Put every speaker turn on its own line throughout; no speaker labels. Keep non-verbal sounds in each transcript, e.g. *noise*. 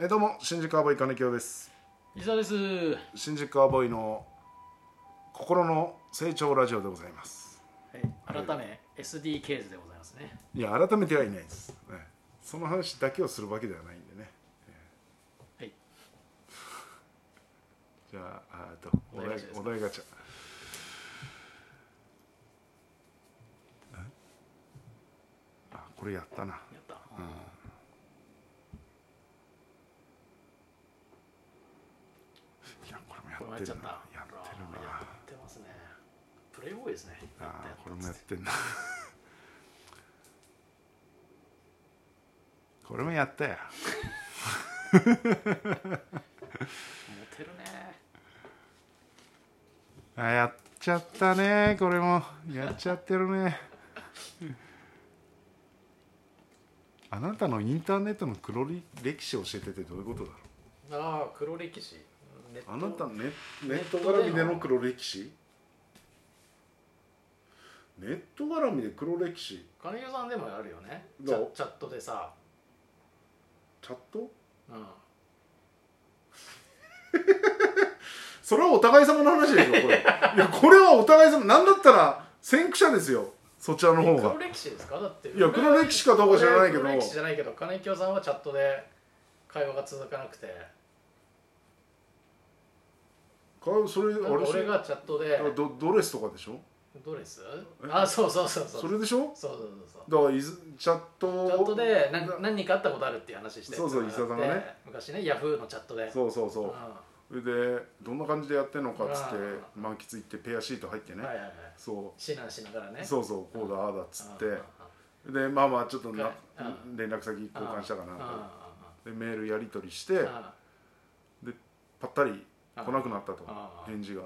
えどうも新宿アボイ金城です
伊沢です
新宿アボイの心の成長ラジオでございます
改め SD ケーズでございますね
いや改めてはいないです、ねその話だけをするわけではないんでね
はい
じゃああーとお
お
題
題ガチャです
お
か
題ガチャえあこれやったな
やった、
いやこれもやっるなやってる
これもやってちゃったうわや
な
ってますねプレイボーイですねやった
あ
や
ーこれ
っ
も
た
や
っ
っ
つって *laughs*
んなこれもやったや
モテるね
あやっちゃったねこれもやっちゃってるねあなたのインターネットの黒歴史を教えててどういうことだろ
ああ黒歴史ネッ
うあなたのネネ
ネ
ッ
ッ
ト
ト
絡みでの黒歴史ネット絡みで黒歴史
金城さんでもあるよねチ
ど
ャ
う
チャットでさ、
チャット
うん、
それはお互い様の話でしょこれいやこれはお互い様なんだったら先駆者ですよそちらの方が
黒歴史ですかだってい
いや黒歴史かどうか知らないけど
黒歴史じゃないけど金城さんはチャットで会話が続かなくて
かそれあ
なん
れで
か
し
俺
ょ
がチャットで
あドドレスとかでしょ
ドレスあそうそうそうそう
それでしょ
そうそうそうそう
だからいずチャットを
チャットで何何人か会ったことあるっていう話して
そうそう伊沢さんがね
昔ねヤフーのチャットで、
そうそうそううん
は
それでどんな感じでやってんのかっつって
う
満喫行ってペアシート入って
い
ね、
はいはい
そ
指南しながらね
う
う
そうそうこうだああだっつって
んうんうん
でまあまあちょっとな
う
連絡先交換したか
うんうんうん
なとでメールやり取りして
うん
ぱったり来なくなったと
うん
返事が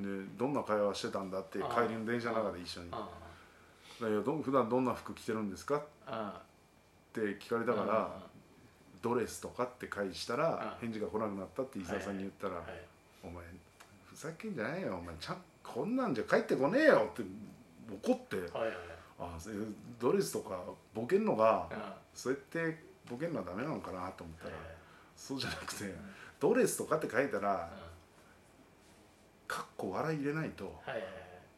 うん
でどんな会話してたんだって
うん
帰りの電車の中で一緒に「だ
う
け
ん
どどん普段どんな服着てるんですか?」っ
うん
て聞かれたから「ドレスとか」って返したら
うん
返事が来なくなったって伊沢さんに言ったら
はい
お前ふざけんじゃないよお前ちゃんこんなんじゃ帰ってこねえよって怒って
はいはい
あせドレスとかボケんのが
うんは
そうやってボケんのはダメなのかなと思った
い
らそうじゃなくてドレスとかって書いたらかっこ笑い入れないと
はいはい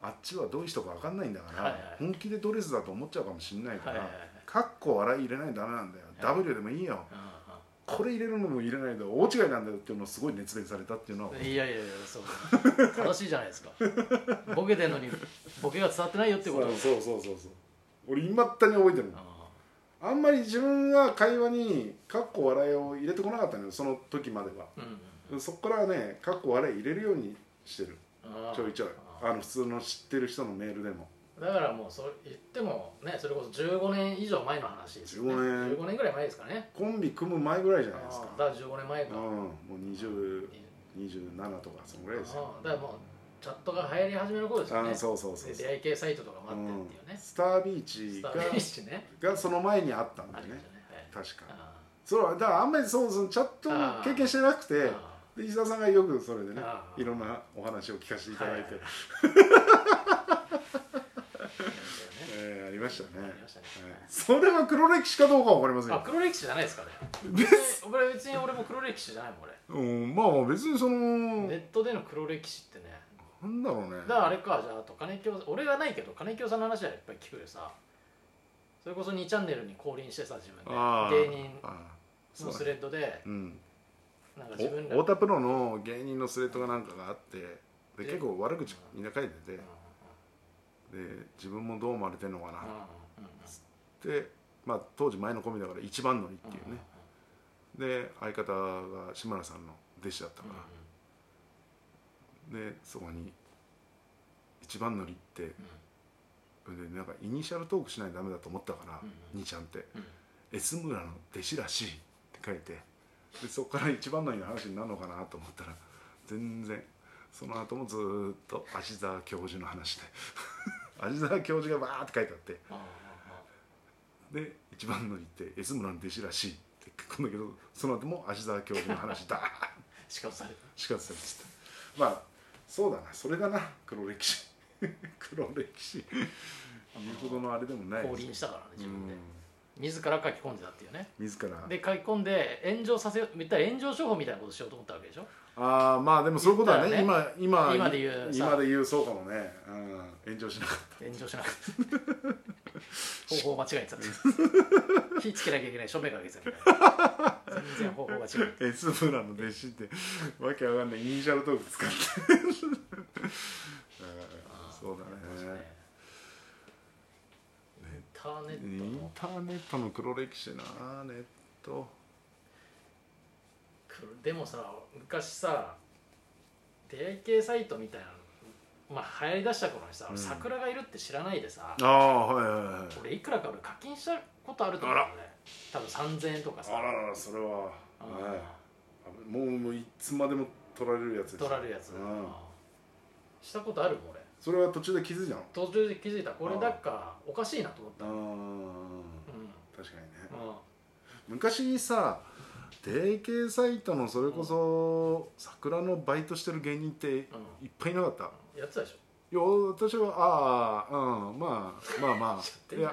あっちはどういう人か分かんないんだから、
はいはい
本気でドレスだと思っちゃうかもしんないか
はい
ら、
はいはい
かっこ笑い入れないとダメなんだよ、
はい
W でもいいよ
うんうん
これ入れるのも入れないと大違いなんだよっていうのをすごい熱弁されたっていうのはい
やいやいやそう正しいじゃないですかボケてんのにボケが伝わってないよってこと
そうそうそうそうそう俺いまだに覚えてるの
あ
あんまり自分が会話にかっこ笑いを入れてこなかったのよその時までは
ーうんうん
そこからねかっこ笑い入れるようにしてる
あー
ちょいちょいあの普通の知ってる人のメールでも
だからもうそれ言ってもねそれこそ15年以上前の話ですよね
15年
年ぐらい前ですかね
コンビ組む前ぐらいじゃないです
あ
か
ーだから15年前
うん
か
もう2027
20
とかそのぐらいですよ
あーだからもうチャットが流行り始めの頃です
あ
よ
あ
ね
そうそうそう
で
そう
出会い系サイトとかもあってっていう
うん
ね、
スタービーチ
スタ
が
ーフィッシュね
がその前にあったん
あ
だ
り
よ
まし
ね
たねはい
確か
あ
そうだからあんまりそうそのチャットを経験してなく
ー
て
あ
で石田さんがよくそれでね
あー
いろんなお話を聞かせていただいて、
はいーそう
えーありましたね
だよねありましたね
はいそれは黒歴史かどうかは分かりません
あ
よ、
黒歴史じゃないですかね俺別に俺も黒歴史じゃないもん俺
うん、まあ別にその
ネットでの黒歴史ってね
なんだろうね
だからあれかじゃああと金京俺がないけど金京さんの話はやっぱり聞くよさそれこそ2チャンネルに降臨してさ自
あ
分
ー
で芸人
あー
のスレッドで
うん
なんか自分ら
お太田プロの芸人のスレッドがなんかがあってで
で
結構悪口みんな書いてて
うん
で自分もどう思われてんのかな
うんうん
ってまあ当時前のコンビだから一番乗りっていう
うんうん
ねで相方が志村さんの弟子だった
うん
か
うん
らでそこに「一番乗り」って
うん
でなんかイニシャルトークしないとダメだと思ったから
うん
兄ちゃんって
うん
「S 村の弟子らしい」って書いてでそこから一番乗りの話になるのかなと思ったら全然その後もずーっと芦沢教授の話で *laughs* 芦沢教授がバーって書いてあって
あ
で一番乗りって「S 村の弟子らしい」って書くんだけどその後も芦沢教授の話だー
ーしかもされ
しかされてたまあそうだなそれだな黒歴史 *laughs* 黒歴史言うほどのあれでもない
降臨したからね自分で
うん
自ら書き込んでたっていうね
自ら
で書き込んで炎上させよう言ったら炎上処方みたいなことしようと思ったわけでしょ
ああまあでもそういうことはね
言った
今今
今で言うさ
今で言うそうかもね、うん、炎上しなかっ
炎上しな
*laughs*
かった方法間違えてたって火つけなきゃいけない正面から消せみたいな全然方法が違う
た S 村の弟子ってわけわかんないイニシャルトーク使ってうんそうだ
ありました
ね
インターネ
イ
ット
ン
の
ターネットの黒歴史なネット
でもさ昔さ出会い系サイトみたいなのまあ流行りだした頃にさ、
うん
桜がいるって知らないでさ
ああはいはいはい
俺いくらか俺課金したことあると思うんだよね多分3000円とかさ
あらららそれは、
うん
はいもうもういつまでも取られるやつです
取られるやつ、
うん
したことあるもん俺
それは途中で気づいたの
途中で気づいたこれだっかおかしいなと思った、うん
あー確かにね
うん
昔さ定型サイトのそれこそ桜のバイトしてる芸人っていっぱいいなかった
やってたでし
い
ょ
や私はああうんまあまあま
*laughs* 知って
あ
ん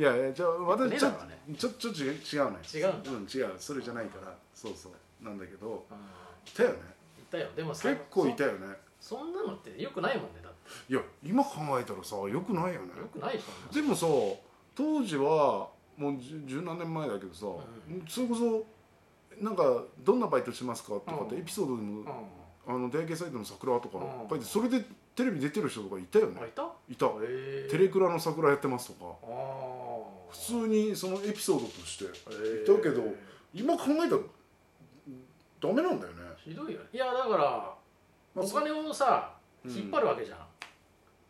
い
だ
やいやいやじゃあ私ちょ
ねえだろうね
ちょちょちょ違うね
違うんだ
うん違うそれじゃないからそうそうなんだけど
今うん
いたよね
いたよでもさ
結構いたよね
そそんなのってよくないもんねだっ
いや今考えたらさよくないよね
てよくないでしょ
でもさ当時はもう十十何年前だけどさ、
う
それこそなんかどんなバイトしてますかとかっ
う
て
ん
エピソードでも、
うんあ
あの出会い系サイトの桜とか
うん
書いてそれでテレビ出てる人とかいたよ
い
ね
たへ
いた
え
テレクラの桜やってますとか
あ
普
普
通にそのエピソードとして
通
いたけど今考えたらダメなんだよね、
ひどいよねいやだから
まあ
お金をさ
うん
引っ張るわけじゃん、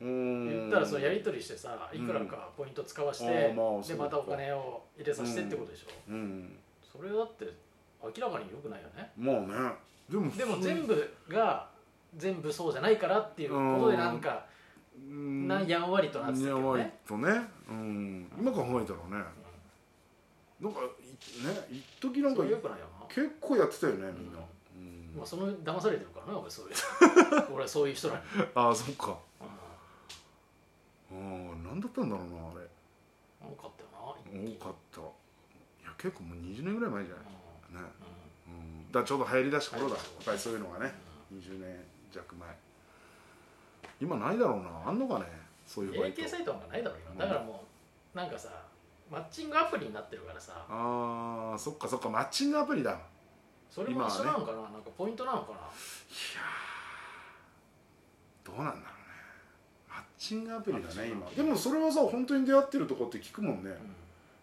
うーん
言ったらそのやり取りしてさいくらかポイント使わして、
あーまあ
で
そうか
またお金を入れさせてってことでしょ、
うん
それだって明らかに良くないよね
まあねでも
でも全部が全部そうじゃないからっていうことでなんか、
部
なんやんわりとなってたけ
や
ど
ばい
ね、
とね、うん、今考えたらねなんかいね一時
う
なんん
そ
か
れ良くないよな、
結構やってたよねみんな、うん
まあ、その騙されてるからな
*laughs*
俺そういう俺はそういう人らに、
ああそっか
うん、
うん何だったんだろうなあれ
多かったよな
多かったいや結構もう20年ぐらい前じゃない
うん
ね、
うん
うん、だからちょうど流行りだした頃だ
流
や
行りだ
っぱりそういうのがね20年弱前今ないだろうなあんのかねそういうバイト
AK サイトなんかないだろ今だからもうなんかさマッチングアプリになってるからさ
あーそっかそっかマッチングアプリだいや
それも一緒なのかな,、なんかポイントなのかな
ーどうなんだろうねマッチングアプリだ
マッチン
ね
グア
今
プリ
でもそれはさ本当に出会ってるとこって聞くもんね
う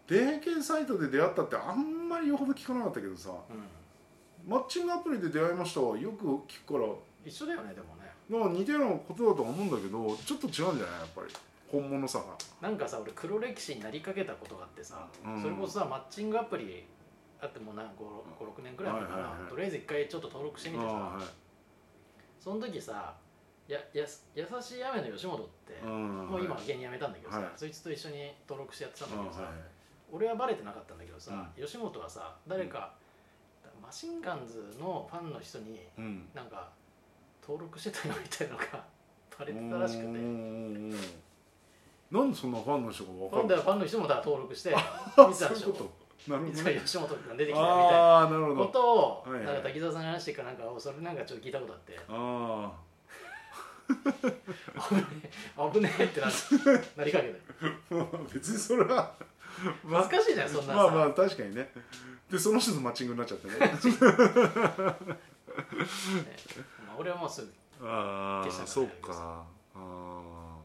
出会い系サイトで出会ったってあんまりよほど聞かなかったけどさ
ん、うん、
マッチングアプリで出会いましたはよく聞くから
一緒だよねでもね
なんか似たようなことだとは思うんだけどちょっと違うんじゃないやっぱり本物さが
なんかさ俺黒歴史になりかけたことがあってさ、
うん
それこそさマッチングアプリあってもう56年くらい前かな、
はいはいはい
とりあえず一回ちょっと登録してみてさ、
あ
その時さややす優しい雨の吉本って、
あはいん
もう今芸人辞めたんだけどさ、
はい
そいつと一緒に登録してやってたんだ
あ
けどさ、
はい
俺はバレてなかったんだけどさ、吉本はさ誰か、マシンガンズのファンの人に
うん
なんか登録してたよみたいなのが *laughs* バレてたらしくて
うんうんうんうんなんでそんなファンの人が分か
今
る
度はファンの人もだから登録して見てた
そう
で
い
し
う
ょ
ことなる
い
ほど
つか
ね
吉本君が出てきたみたい
ああなるほ
なこ
ど
とを
はいはい
なんか滝沢さんに話してるからなんかおそれなんかちょっと聞いたことあって
あ
危ねえってなっ
*laughs*
てなりかけて
あ *laughs* 別にそれは
恥ずかしいじゃんそんな
まあま
さ
あ確かにねでその人とマッチングになっちゃ
*laughs*
ってね
ねまあ俺はもうすぐ
ああ
消した
そ
ん
う
だね
かああ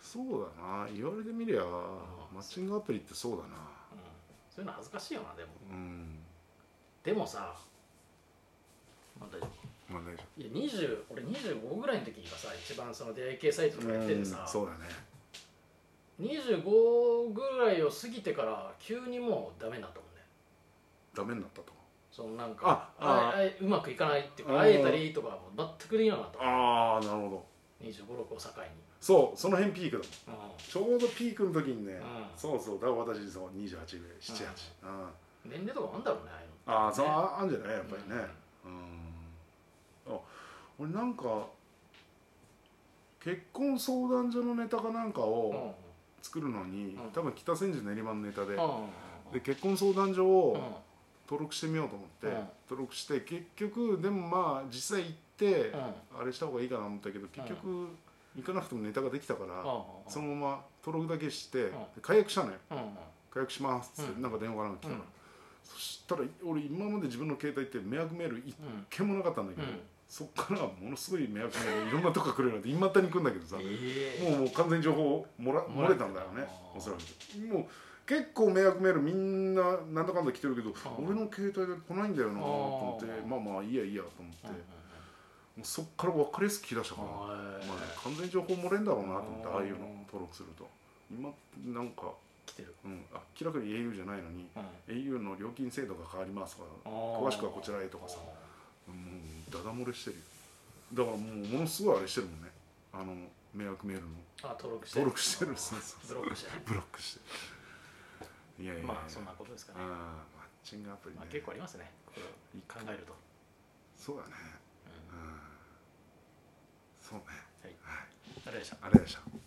そうだな言われてみりゃマッチングアプリってそうだな
うんそういうの恥ずかしいよなでも
うん
でもさまあ大丈夫
まあ大丈
いや20俺25ぐらいの時がさ一番その出会い系サイトと
夫
かやっててさ
うんそうだね
25ぐらいを過ぎてから急にもうダメになったもんね
ダメになったと
そのなんか
ああ
ああうまくいかないっていう
あ
か
ー
会えたりとかもう全くできなかった
ああなるほど
25、6を境に、
そうその辺ピークだもん
うん
ちょうどピークの時にね、
うん
そうそうだから私そう28ぐらい78、うん
年齢とかもあんだろうねああいうの
ああそう
ね
ああんじゃないやっぱりねうん、あ俺なんか結婚相談所のネタかなんか
うん
を作るのに、
うん
多分北千住練馬のネタで,、
うん
で結婚相談所を、
うん
登録してみようと思って、
うん
登録して結局でもまあ実際行って
う、ん
あれした方がいいかなと思ったけど結局、行かなくてもネタができたから、
うん
そのまま登録だけして、
ん
で解約したのよ
うんうん
解約しますって、
うん
なんか電話がなんか来たから、
うん
そしたら俺今まで自分の携帯って迷惑メール一件もなかったんだけど、
うん
そっからものすごい迷惑メールいろんなとこから来るようになって今谷来るんだけどさ、
ええ
もうもう完全に情報漏ら
漏れ
漏れたんだよね
あー
おそらくもう結構迷惑メールみんななんだかんだ来てるけど
ー
俺の携帯で来ないんだよなと思って
あー
まあまあいいやいいやと思って
うんうんうん
もうそっから分かりやすく聞き出したから、ま
は
あ
い
ね、完全に情報漏れんだろうなと思って
あー
ああいうの登録すると今なんか、
来てる
うん、明らかに au じゃないのに au の料金制度が変わりますとか詳
詳
しくはこちらへとかさもうダダ漏れしてるよだからもうものすごいあれしてるもんねあの迷惑メールの
あ登録して
登録してるそうそう
ブロッ
*laughs*
クして
ブロックしていやいやい
る
や
まあそんなことですか
あ
ね
あマッチングアプリね、
まあ結構ありますねこれを考えると
そうだね
う
うんんそうね
はい
はい
あれでした
あれでした